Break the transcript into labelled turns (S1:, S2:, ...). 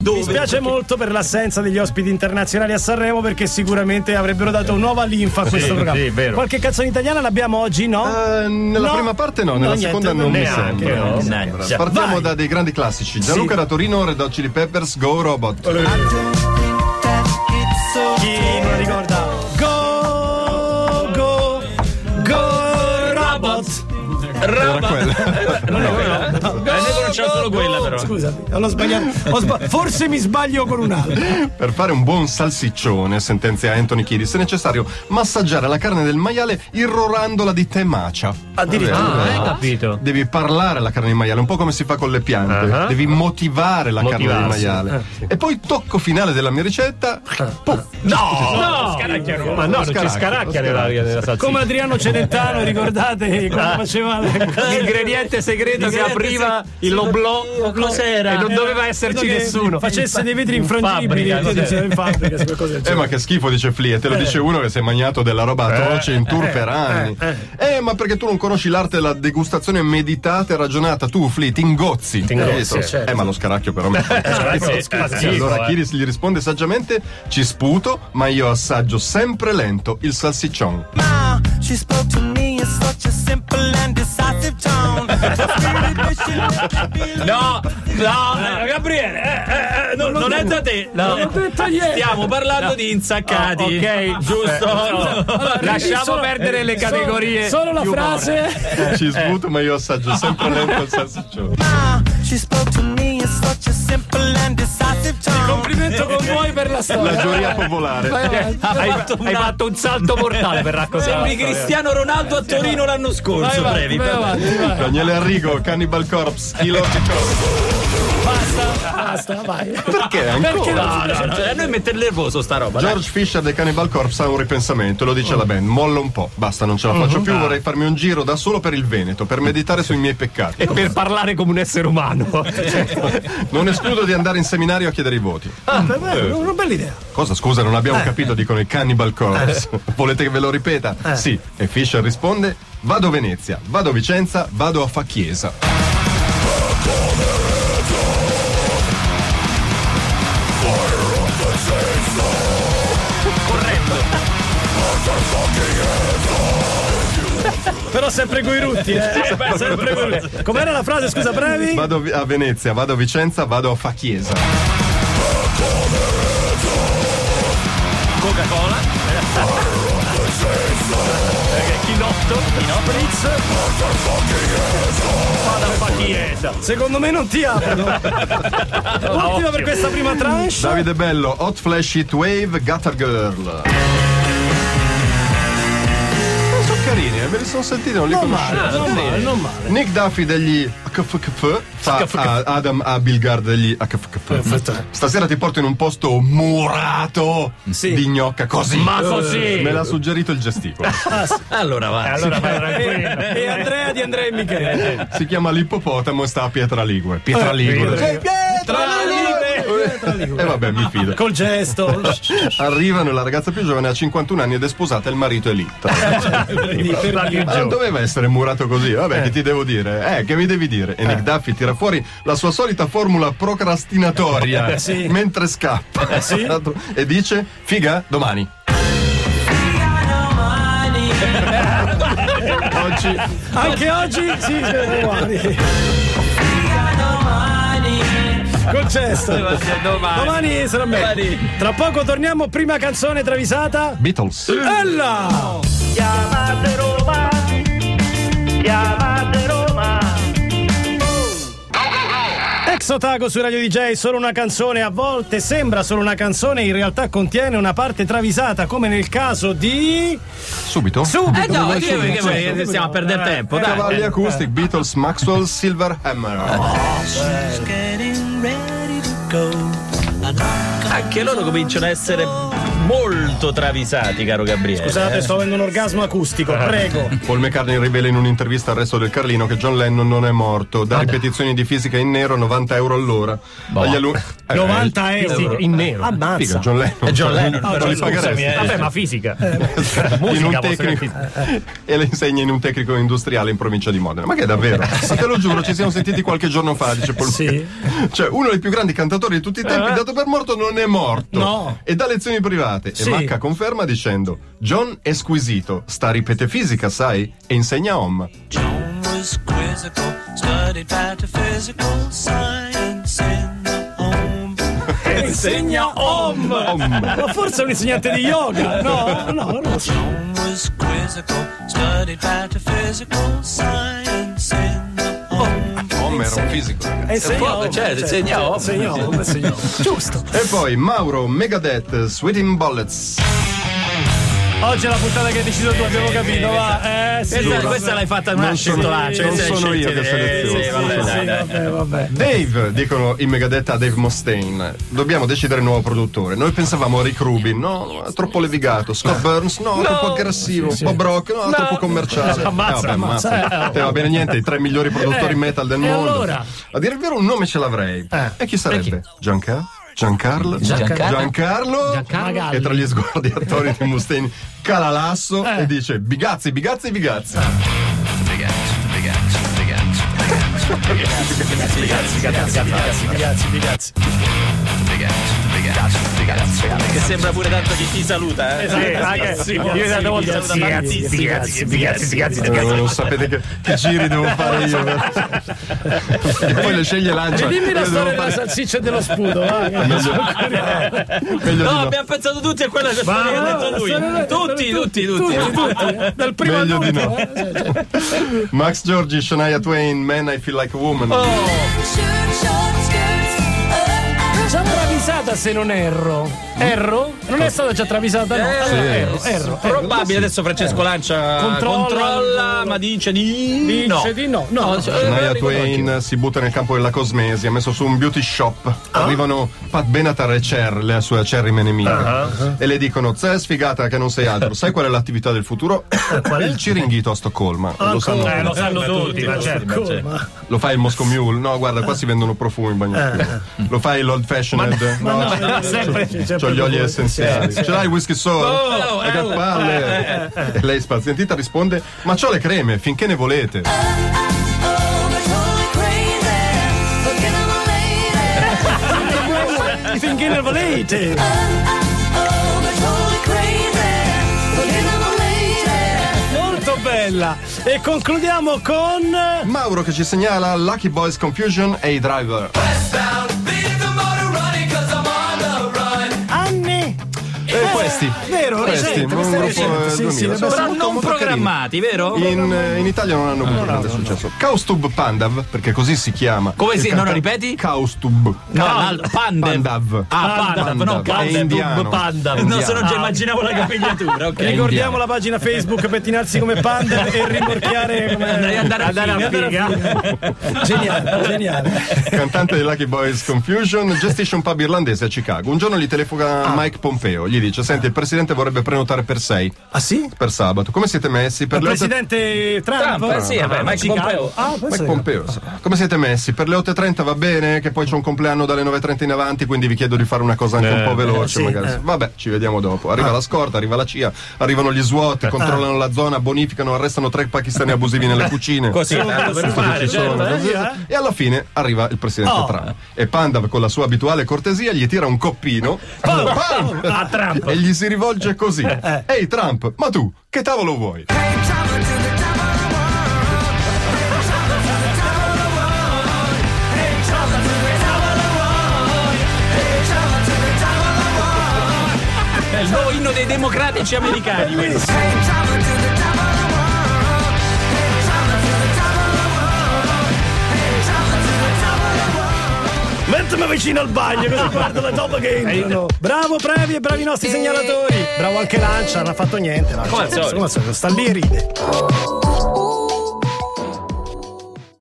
S1: Dove?
S2: Mi spiace molto per l'assenza degli ospiti internazionali a Sanremo perché sicuramente avrebbero dato nuova linfa a questo programma.
S3: sì, vero.
S2: Qualche canzone italiana l'abbiamo oggi, no?
S4: Eh, nella
S2: No.
S4: prima parte no, nella
S2: No, niente,
S4: seconda non mi
S3: neanche, no.
S4: sembra. non mi
S1: Mannaggia.
S4: sembra. Partiamo
S2: Vai.
S4: da dei grandi classici. Gianluca da Torino, Red Hot Chili Peppers, Go Robot.
S2: Chi non ricorda? Go, go, go, robot.
S1: Roba.
S4: quella.
S1: Non è quella. Eh, ne conosciamo solo quella, però.
S2: Scusami, l'ho sbagliato. Ho sba- forse mi sbaglio con un'altra.
S4: Per fare un buon salsiccione, sentenzia Anthony Kiedis, è necessario massaggiare la carne del maiale irrorandola di tè macia.
S2: Addirittura.
S4: Vabbè,
S3: Ah,
S4: vabbè.
S3: hai capito.
S4: Devi parlare alla carne di maiale, un po' come si fa con le piante.
S3: Ah.
S4: Devi motivare la carne di
S3: Motivarsi. Eh, Ah.
S4: maiale. E poi tocco finale della mia ricetta. puff,
S3: No, scaracchia, ma no, non ci
S4: Scaracchia,
S3: scaracchia
S4: scaracchia.
S3: nell'aria della salsa.
S2: Come Adriano Celentano, ricordate quando faceva
S1: Ah. L'ingrediente segreto che apriva il Loblo
S2: Cos'era?
S1: e non doveva esserci nessuno.
S2: Facesse dei vetri infrangibili
S1: fabbrica,
S2: io
S1: cos'era?
S2: dicevo, in fabbrica, su qualcosa del
S4: Eh,
S2: genere.
S4: ma che schifo, dice Flie, te lo dice uno che si è mangiato della roba atroce in tour per anni. Eh, ma perché tu non conosci l'arte della degustazione meditata e ragionata? Tu, Flie, ti ingozzi. Capito? Eh, ma lo scaracchio però mi fa schifo.
S3: sì, fa schifo,
S4: Allora
S3: eh.
S4: Kiris gli risponde saggiamente: Ci sputo, ma io assaggio sempre lento il salsiccion.
S5: smile. She spoke to me in such a simple and decisive tone.
S1: No, no, eh, Gabriele, eh, eh, eh, no, non è da te. No. Stiamo parlando di insaccati. Eh, ok, giusto. Lasciamo perdere le categorie.
S2: Solo la frase.
S4: Ci sputo, ma io assaggio sempre lento il salsiccion.
S5: Smile. She spoke to me in such a simple and decisive tone.
S2: Complimento con voi per la
S4: La
S2: storia.
S4: giuria popolare.
S1: hai, fatto hai fatto un salto mortale per raccontare. Sembri Cristiano Ronaldo a Torino l'anno scorso.
S2: Vai
S1: Previ.
S2: avanti, vai avanti, vai.
S4: Daniele Arrigo, Cannibal Corpse, Kilo di Corpse.
S2: Basta, basta, vai.
S4: Perché ancora?
S1: Ah, No, no, no, a noi mette il nervoso sta roba. dai.
S4: George Fisher dei Cannibal Corpse ha un ripensamento, lo dice alla band, molla un po', basta, non ce la faccio più, vorrei farmi un giro da solo per il Veneto, per meditare sui miei peccati.
S2: Ecco.
S3: Per parlare come un essere umano.
S2: Eh,
S4: Non escludo di andare in seminario a chiedere i voti.
S2: Una bella idea.
S4: Cosa scusa, non abbiamo capito, dicono i Cannibal Corpse. Volete che ve lo ripeta? Sì, e Fisher risponde, vado Venezia, vado Vicenza, vado a fa chiesa.
S2: Però sempre coi rutti, eh. sempre coi rutti. Com'era la frase, scusa, brevi?
S4: Vado vi- a Venezia, vado a Vicenza, vado a fa chiesa.
S1: Coca-Cola. Eh, Chinotto. Chinopritz. Vada a fa chiesa.
S2: Secondo me non ti aprono. Ultima per questa prima tranche.
S4: Davide Bello, Hot Flash Heat Wave, Gutter Girl. Sono carini, eh, me li sono sentiti, non li conoscevo.
S2: Non male, non male.
S4: Nick Duffy degli HFKF fa a Adam a Bilgar degli HFKF. Stasera ti porto in un posto murato di gnocca così.
S3: Ma
S2: Eh,
S3: così.
S4: Me l'ha suggerito il gesticolo.
S1: Allora va.
S3: Eh, Allora vai tranquillo.
S2: E, e Andrea di Andrea e Michele.
S4: si chiama l'ippopotamo e sta a Pietraligue. Pietraligue. E vabbè, mi fido.
S2: Col gesto.
S4: Arrivano la ragazza più giovane, ha 51 anni ed è sposata, il marito è lì.
S2: Cioè,
S3: La
S4: Ah,
S3: religione.
S4: doveva essere murato così, vabbè, che ti devo dire? Eh, che mi devi dire? E Nick Duffy tira fuori la sua solita formula procrastinatoria
S2: Sì. Eh,
S4: mentre scappa e dice: Figa, domani. Oggi
S2: Anche oggi sì, siete uguali. Col gesto.
S1: Domani.
S2: Domani sarà meglio. Tra poco torniamo, prima canzone travisata.
S4: Beatles.
S2: Bella!
S6: Chiamate Roma, chiamate Roma.
S2: Ex Otago su Radio DJ, solo una canzone, a volte sembra solo una canzone, in realtà contiene una parte travisata, come nel caso di...
S4: Subito.
S2: Subito!
S1: Eh no, che
S2: subito,
S1: che vuoi,
S2: subito.
S1: stiamo a perdere tempo, dai.
S2: Eh.
S4: Cavalli Acoustic, Beatles, Maxwell, Silver Hammer.
S5: Getting ready to go.
S1: Anche loro cominciano a essere molto travisati, caro Gabriele.
S2: Scusate,
S1: eh.
S2: sto avendo un orgasmo acustico, prego.
S4: Paul McCartney rivela in un'intervista al resto del Carlino che John Lennon non è morto. Da ripetizioni di fisica in nero, 90 euro all'ora. Agli allu- Eh,
S2: 90
S4: eh,
S2: Boh. euro.
S4: sì,
S3: in nero.
S4: Figa,
S2: Ammazza.
S4: John Lennon.
S1: È Eh, John Lennon,
S4: Non
S1: però,
S4: li
S1: scusami,
S4: pagheresti.
S1: eh.
S3: Vabbè, ma fisica.
S4: in un
S3: Musica, posso
S4: tecnico-
S3: dire.
S4: e le insegna in un tecnico industriale in provincia di Modena. Ma che è
S1: Eh.
S4: davvero? Ma te lo giuro, ci siamo sentiti qualche giorno fa, dice Paul.
S2: Sì.
S4: Cioè, uno dei più grandi cantatori di tutti i
S1: Eh.
S4: tempi, dato per morto, non è morto.
S2: No.
S4: E dà lezioni private.
S2: Sì.
S4: E Macca conferma dicendo: John è squisito, sta a ripete fisica, sai? E insegna home.
S5: John was quizzical, studied metaphysical science in the home.
S2: Insegna Om. Ma forse è un insegnante di yoga. No, no, no.
S5: John was quizzical, studied metaphysical science in the home.
S4: Home era un fisico. ragazzi.
S2: Insegna Om.
S1: Cioè,
S2: certo.
S1: insegna Om.
S2: Insegna Om, insegna Om. Giusto.
S4: E poi Mauro, Megadeth, Sweating Bullets.
S2: Oggi è la puntata che hai deciso tu, abbiamo capito, va. Eh, sì.
S1: Questa, questa l'hai fatta una scientolata.
S4: non sono io che seleziono.
S1: Sì, vabbè,
S4: Sì,
S1: dai,
S2: Sì,
S1: dai.
S2: vabbè, vabbè.
S4: Dave, dicono in Megadeth a Dave Mustaine, dobbiamo decidere il nuovo produttore. Noi pensavamo a Rick Rubin, no, troppo levigato. Scott Burns, no, troppo aggressivo. Bob Rock, no, troppo
S2: Ammazza,
S4: commerciale. Eh, vabbè,
S2: ammazza.
S4: ammazza. Eh, va bene, niente, i tre migliori produttori
S2: Eh,
S4: metal del
S2: e
S4: mondo.
S2: allora?
S4: A dire il vero, un nome ce l'avrei. Eh. E chi sarebbe? Gianca? Giancarlo?
S7: Giancarlo?
S4: Giancarlo?
S2: Magalli.
S4: E tra gli sguardi attori di Mustaine cala l'asso e dice Bigazzi, Bigazzi, Bigazzi.
S1: Che sembra pure tanto che ti saluta. Eh.
S3: Sì, anche- Io tante volte sì, grazie, sì, grazie, sì, grazie, sì, grazie.
S4: Eh, non sapete che, che giri devo fare io. e poi le sceglie lancia.
S2: Dimmi la
S4: Io devo
S2: storia della
S4: fare-
S2: salsiccia e dello sputo, va.
S4: meglio
S1: No,
S4: di no.
S1: abbiamo pensato tutti a quella storia che Ah, ha detto lui. Tutti, tutti, tutti.
S2: Dal primo
S4: Meglio di
S2: all'ultimo,
S4: no.
S2: eh, cioè, cioè.
S4: Max Giorgi, Shania Twain, Man I Feel Like a Woman.
S2: Già travisata se non erro. Erro? Non è stata già travisata, no.
S1: Eh,
S2: Allora,
S1: sì.
S2: erro, erro.
S1: Probabile adesso Francesco Lancia
S2: Controlla.
S1: controlla, ma dice di
S2: Dice
S1: no.
S2: di no. No,
S1: No, cioè,
S4: Shania
S1: eh,
S4: Twain si butta nel campo della cosmesi, ha messo su un beauty shop. Arrivano Pat Benatar e Cher, la sua acerrime nemica, e le dicono: Zè sfigata che non sei altro, sai qual è l'attività del futuro? Il ciringhito a Stoccolma. lo, sanno,
S3: Eh, lo sanno tutti, ma certo.
S4: lo fai il Moscow Mule? No, guarda,
S1: Eh.
S4: qua si vendono profumi in bagno. Lo fai l'old fashioned? No,
S3: Sempre.
S4: C'ho gli oli essenziali. Ce l'hai il whisky solo?
S1: Oh, Eh.
S4: le campalle. E lei spazientita risponde: Ma c'ho le creme finché ne volete.
S2: Finché ne volete. Molto bella. E concludiamo con...
S4: Mauro che ci segnala Lucky Boys Confusion e i driver.
S2: Anni.
S1: Eh.
S4: E questi.
S2: Vero,
S4: Questi,
S2: recente,
S4: un
S2: questa
S4: gruppo,
S2: recente.
S4: eh,
S2: Sì,
S4: 2000.
S2: sì,
S4: Sono
S1: Però
S2: l'abbiamo-
S4: molto,
S1: non
S4: molto carini.
S1: programmati, vero?
S4: In, eh, in Italia non hanno avuto grande successo. Kaustub Pandav, perché così si chiama.
S1: Come
S4: Il
S1: si- no, no,
S4: canta-
S1: ripeti?
S4: Kaustub.
S1: No, l'al- Pandev.
S4: Pandav.
S1: Ah, Pandav, no,
S4: È indiano.
S1: Pandav. Pandav. No, se non già immaginavo la capigliatura, ok.
S2: Ricordiamo la pagina Facebook pettinarsi come panda e rimorchiare
S1: Devi
S2: come...
S1: andare a fine, andare a
S2: Geniale, geniale.
S4: Cantante dei Lucky Boys Confusion, gestisce un pub irlandese a Chicago. Un giorno gli telefona Mike Pompeo. Gli dice: Senti, il presidente vorrebbe prenotare per sei,
S2: Ah sì?
S4: per sabato. Come siete messi? Per
S2: Il
S4: le otto-
S2: presidente Trump?
S1: Trump, eh, sì, vabbè, Mike
S2: Chicago.
S1: Pompeo.
S2: Ah,
S4: Mike
S2: penso che-
S4: Pompeo, sì. come siete messi? Per le 8.30 va bene, che poi c'è un compleanno dalle 9.30 in avanti, quindi vi chiedo di fare una cosa anche un po' veloce. magari. Vabbè, ci vediamo dopo.
S1: Ah.
S4: Arriva la scorta, arriva la CIA, arrivano gli SWAT, controllano la zona, bonificano, arrestano tre pakistani abusivi nelle cucine. eh,
S1: Così, tanto per fare,
S4: Ci sono,
S1: certo.
S4: così. E alla fine arriva il presidente
S1: Oh.
S4: Trump. E Pandav, con la sua abituale cortesia, gli tira un coppino
S1: Oh,
S4: Pam! e gli si rivolge così:
S1: Eh,
S4: Ehi Trump, ma tu che tavolo vuoi?
S1: È il nuovo inno dei democratici americani. questo.
S2: Mettimi vicino al bagno così guardo le top che entrano. Bravo Previ e bravi i nostri segnalatori. Bravo anche Lancia, non ha fatto niente. Lancia.
S1: Come al solito.
S2: Come al solito, sta lì e ride.